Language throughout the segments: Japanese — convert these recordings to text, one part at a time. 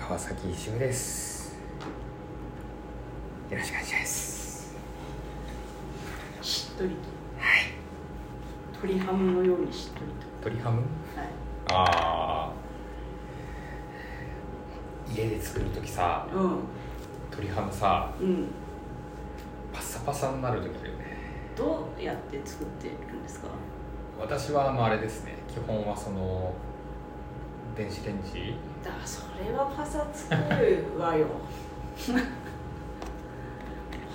しぶですよろしくお願いしますしっとりとはい鶏ハムのようにしっとり鶏ハムとはいああ家で作る時さう鶏ハムさんうんパサパサになる時あるよねどうやって作ってるんですか私はあのあれですね基本はその電子レンジだそれはパサつくわ よ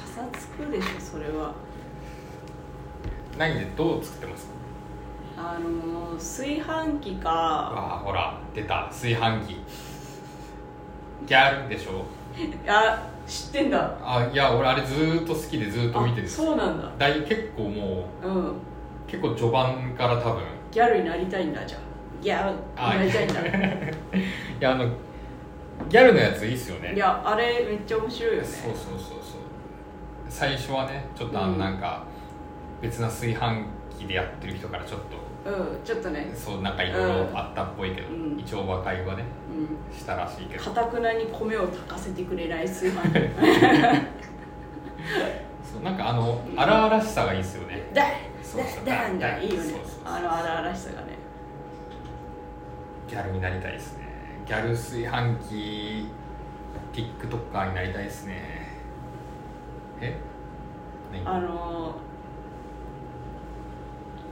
パサつくでしょそれは何でどう作ってますあの炊飯器かああほら出た炊飯器ギャルでしょあ知ってんだあいや俺あれずーっと好きでずーっと見てるんであすそうなんだだい結構もうんう結構序盤から多分ギャルになりたいんだじゃあギャルあになりたいんだいやあのギャルのやついいっすよねいやあれめっちゃ面白いよねそうそうそうそう最初はねちょっとあうのんなんか別な炊飯器でやってる人からちょっとうんちょっとねそうなんかいろいろあったっぽいけど、うん一応和解はねうんしたらしいけどかたくなに米を炊かせてくれない炊飯器そうなんかあのうん荒々しさがいいですよねだそうそうだだんだだいいよねそうそうそうあの荒々しさがねギャルになりたいですねギャル炊飯器 TikToker になりたいですねえ何あの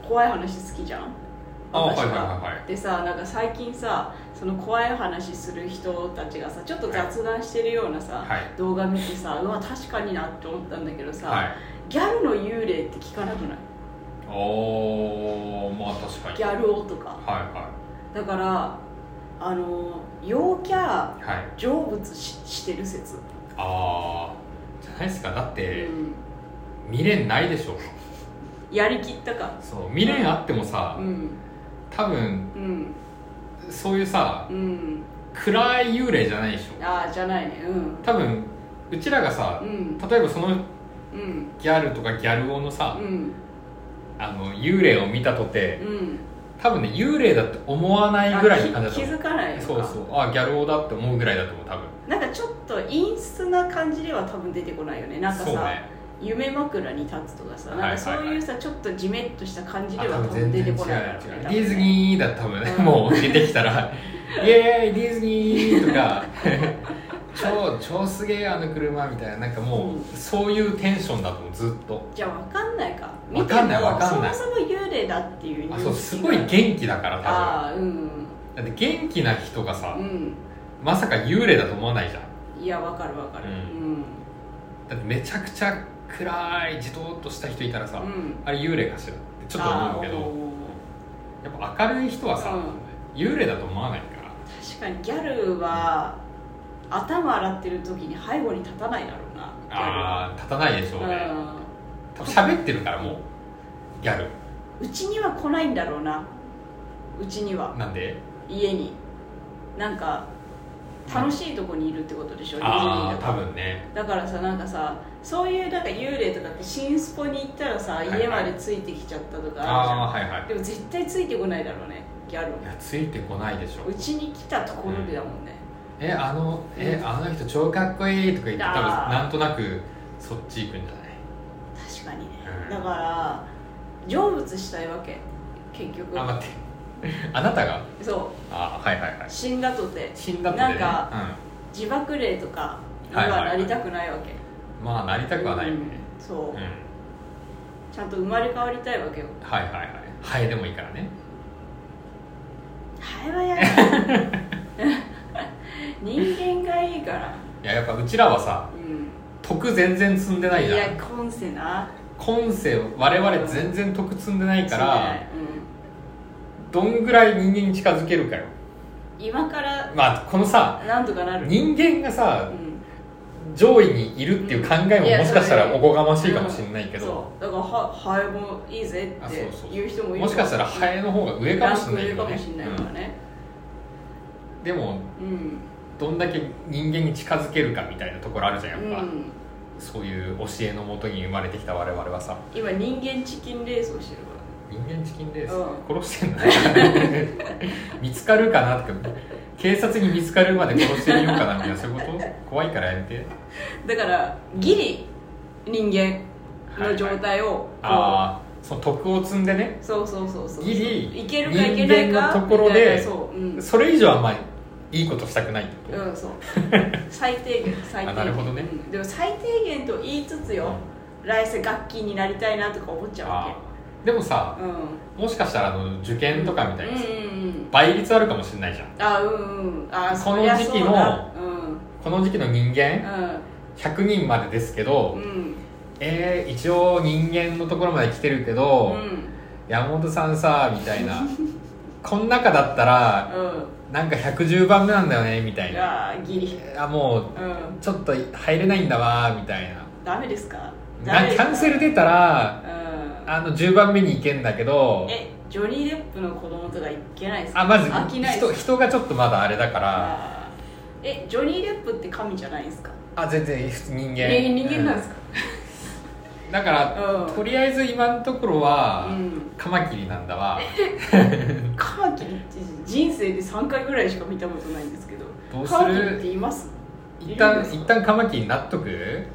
ー怖い話好きじゃんあはい私はいはいはいでさなんか最近さその怖い話する人たちがさちょっと雑談してるようなさ、はい動画見てさうわ確かになって思ったんだけどさ、はいギャルの幽霊って聞かなくないおおまあ確かにギャル男とかはだからあのー陽キャいはいはい成仏ししてる説、ああじゃないですかだって、うん、未練ないでしょやりきったかそう未練あってもさ、うん多分うんそういうさうん暗い幽霊じゃないでしょああじゃないねうん多分うちらがさう、ん例えばそのうんギャルとかギャル男のさ、うんあの幽霊を見たとてうん多分ね幽霊だって思わないぐらいの感じだあと気思気うづかないのかそうそうあギャル男だって思うぐらいだと思う多分なんかちょっと陰湿な感じでは多分出てこないよねなんかそうさ、ね夢枕に立つとかさはいはいはいなんかそういうさちょっとじめっとした感じあでは多多分分全然出て違うこないか違らねうディズーニーだって多分ね、うんもう出てきた ら「イエーイディズニー」とか 「超超すげえあの車」みたいななんかもう、うんそういうテンションだと思うずっとじゃあ分かんないかわかんない見てもわかんないそもそも幽霊だっていう認識があそうすごい元気だから多ああうん分だって元気な人がさ、うんまさか幽霊だと思わないじゃんいや分かる分かるううんんだってめちゃくちゃ暗いじとっとした人いたらさ、うんあれ幽霊かしらってちょっと思うけあーどおーおーやっぱ明るい人はさ、う幽霊だと思わないから確かにギャルは頭洗ってる時に背後に立たないだろうなギャルはああー立たないでしょうね、うん多分喋ってるからもうギャルうちには来ないんだろうなうちにはなんで家になんか楽しいとこにいるってことでしょ、ディズニあーあと多か分ねだからさなんかさそういうなんか幽霊とかって新スポに行ったらさ、いはい家までついてきちゃったとかあるじゃんああはいはいでも絶対ついてこないだろうねギャルいやついてこないでしょうちに来たところでだもんね、えあのえあの人超かっこいいとか言って多分あーなんとなくそっち行くんじゃない確かにね、うんだから成仏したいわけ結局あ待って あなたがそあはいはいはいう死んだとて死んだって、ね、なんか自爆霊とかにはなりたくないわけ、うん、まあなりたくはないよねうんうそん、う、ちゃんと生まれ変わりたいわけよはいはいはいハエでもいいからねハエはやだ 人間がいいからいややっぱうちらはさうん徳全然積んでないいじゃやん今世な今世我々全然徳積んでないからそうねどんぐらい人間に近づけるかようん、今からまあこのさなんとかなる人間がさうん上位にいるっていう考えうんいやももしかしたそられおこがましいかもしれないけど、そうだからはハエもいいぜあっそうそうて言う人もいるもしかしたらハエの方が上かもしれないけランどクね上かもしれないからねうんでもうんどんだけ人間に近づけるかみたいなところあるじゃうんやっぱ、んそういう教えのもとに生まれてきた我々はさ今人間チキンレースをしてるか人間チキンレース、う殺してんだね見つかるかなって警察に見つかるまで殺してみようかなみたいなそういうこと怖いからやめてだからギリ人間の状態をこう、ああその徳を積んでねそうそうそうそうギリいけるかいけないか人間のところでみたいなそううん、うん、それ以上はまあいいことしたくないってこと、そう 最低限最低限あなるほどねうんでも最低限と言いつつよ来世楽器になりたいなとか思っちゃうあわーでもさけうんもしかしたらあの受験とかみたいにさうんうんうん倍率あるかもしれないじゃんあうんうんあこの時期のそりゃそうこの時期の人間だ100人までですけうど、んうんえー、一応人間のところまで来てるけど、う山本さんさみたい なこん中だったらんうんなんか110番目なんだよねみたいなあーギリあもうんうちょっと入れないんだわみたいなダメですかダなメでキすかャンセル出たらうんあの10番目に行けんだけどえジョニー・デップの子供とかいけないですかあまず飽きないです人人がちょっとまだあれだからあーえジョニー・デップって神じゃないですかあ全然普通人間人人間なんですかうんだから、うんとりあえず今のところうは、んカマキリなんだ わカマキリって人生で3回ぐらいしか見たことないんですけどどうするカマキリっています一旦いるんですか一旦カマキリになっとくいや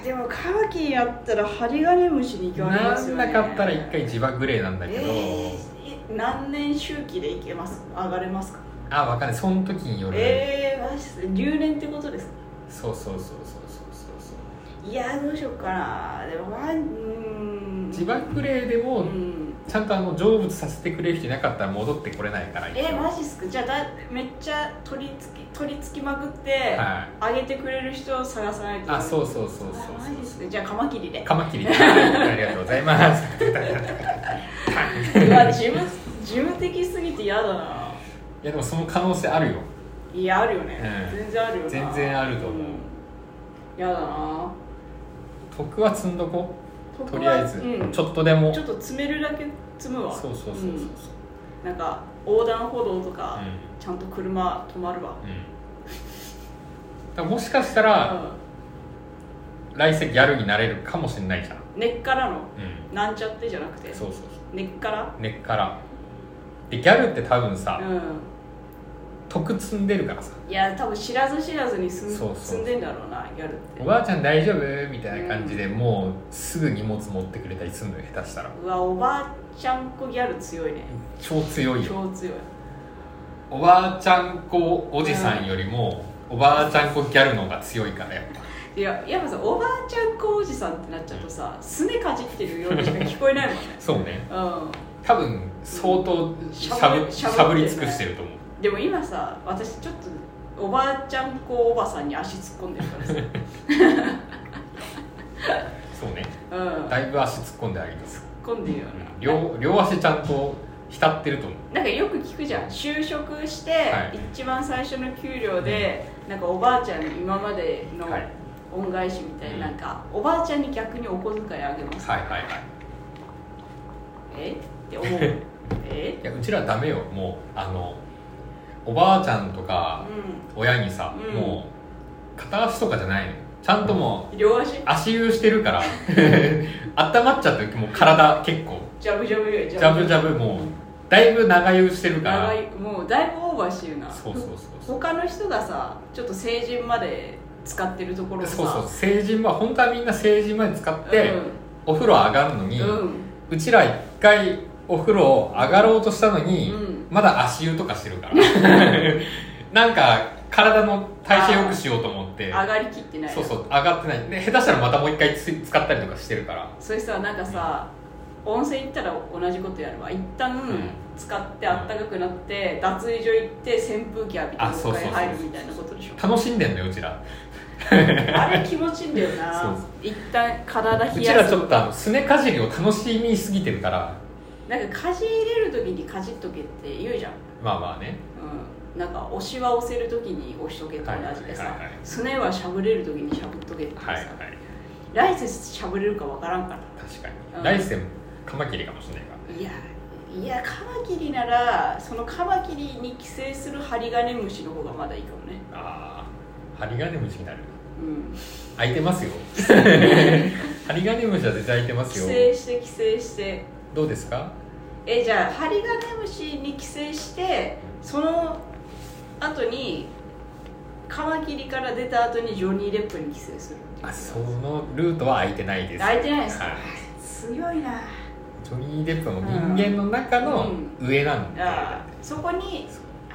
ーでもカマキリやったらハリガネムシに行きまなすんよなねかったら一回自爆グレーなんだけど、えーえ何年周期で行けます上がれますかあわかんないその時による、えー、マジで留年ってことですかそうそうそうそうそうそうそういやーどうしようかなでもまあうーん自爆グレーでうもんちゃんとあの成仏させてくれる人いなかったら戻ってこれないからえ一応マジっすかじゃあだめっちゃ取り付き取り付きまくって、はいあげてくれる人を探さないとあそううそうそうそうマジっすかじゃあカマキリ でカマキリでありがとうございますうわ事務事務的すぎて嫌だないやでもその可能性あるよいやあるよね、うん全然あるよな全然あると思うん嫌、だな徳は積んどこう僕とはりあえず、うん、ちちょょっとでもっと詰めるだけ積むわそうそうそうそうそう、んなんか横断歩道とか、ちゃんと車止まるわうんうんだからもしかしたら、来世ギャルになれるかもしれないじゃん、うん根っからのうなんちゃってじゃなくてん、そうそうそ根っからう根っからでギャルって多分さ、う徳積んでるからさんいや多分知らず知らずに住んそうそう住んでんだろうなギャルっておばあちゃん大丈夫みたいな感じで、もうすぐ荷物持ってくれたりするのよ下手したらうわおばあちゃん子ギャル強いね超強いよ超強いおばあちゃん子おじさんよりも、おばあちゃん子ギャルの方が強いからやっぱいややっぱさおばあちゃん子おじさんってなっちゃうとさすねかじってるようにしか聞こえないもんね そうねう多分相当しゃぶししゃぶゃぶり尽くしてると思うんでも今さ私ちょっとおばあちゃん子おばさんに足突っ込んでるから さそうねうんだいぶ足突っ込んであげます突っ込んでるようんな両両足ちゃんと浸ってると思うなんかよく聞くじゃん就職して、はい一番最初の給料で、なんかおばあちゃんに今までのはい恩返しみたいな,、うんなんかおばあちゃんに逆にお小遣いあげます、はいはいはいえっ て思うえいやうちらダメよもうあのおばあちゃんとうかん親にさ、うんもう片足とかじゃないのちゃんともう両足足湯してるから 温まっちゃってもう体結構ジャブジャブよジャブジャブもうだいぶ長湯してるから長いもうだいぶオーバーしてるなそうそうそうそう他の人がさちょっと成人まで使ってるところをさそうそう成人は本当はみんな成人まで使って、お風呂上がるのに、ううんうんちら一回お風呂上がろうとしたのに、うんまだ足湯とかしてるから なんか体の代謝良くしようと思って上がりきってないそうそう上がってないで下手したらまたもう一回つ使ったりとかしてるからそれさなんかさ温泉行ったら同じことやるわ一旦ん使ってあったかくなって脱衣所行って扇風機浴びてもあうそ一うそう回そう入るみたいなことでし ょ楽しんでんのようちらあれ気持ちいいんだよなそう一旦体う冷ちらやちすょっとあのすねかじりを楽しみすぎてるからなんかかじれる時にかじっとけって言うじゃん、まあまあねうん、なんか押しは押せる時に押しとけと同じではいさはいはいすねはしゃぶれる時にしゃぶっとけってさ、はいはい来世しゃぶれるかわからんから確かに、うん来世カマキリかもしれないからねいやいやカマキリならそのカマキリに寄生するハリガネムシの方がまだいいかもねああ針金虫になるうん 開いてますよ針金虫は絶対開いてま寄すよ生して寄生してどうですかえじゃあハリガネムシに寄生してその後にカマキリから出た後にジョニー・レップに寄生するあそのルートは空いてないです空いてないですは強いなジョニー・デップはもう人間の中の上なんで、あそこに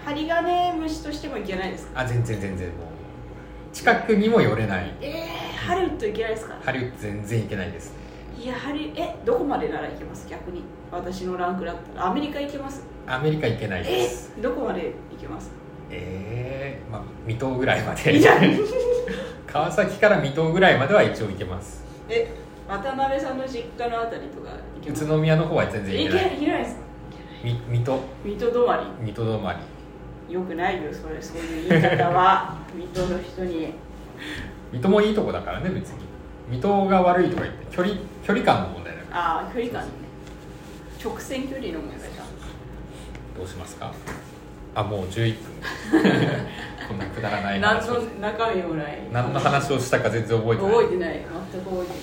ハリガネムシとしてもいけないですかあ全然全然もう近くにも寄れないえー、ハリウッドいけないですかハリウッド全然行けないですねいやハリえどこまでならいけます逆に私のランクだったらアメリカ行けますアメリカ行けないでえすどこまで行けますええまあ未踏ぐらいまいやで川崎から未踏ぐらいまでは一応行けます え渡辺さんの実家のあたりとか行け宇ます都宮の方は全然い行けけなないいいけないですみ水戸水戸止まり水戸止まりよくないよそれそういう言い方は 水戸の人に水戸もいいとこだからね別に水戸が悪いとか言って距離距離感の問題だからああ距離感ね直線距離の問題かどうしますかあもう11分 こんなくだらない何話のを中身もない何の話をしたか全然覚えてない覚えてない全く覚えてない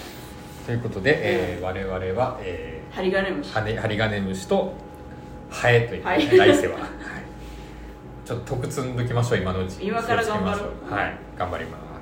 ということで、えー我々は、え針金虫ー、ハネハリガネムシとハエという、ねはい来世は、はいちょっと得積んどきましょう今のうち今から気をつけましょ頑張ろうはい頑張ります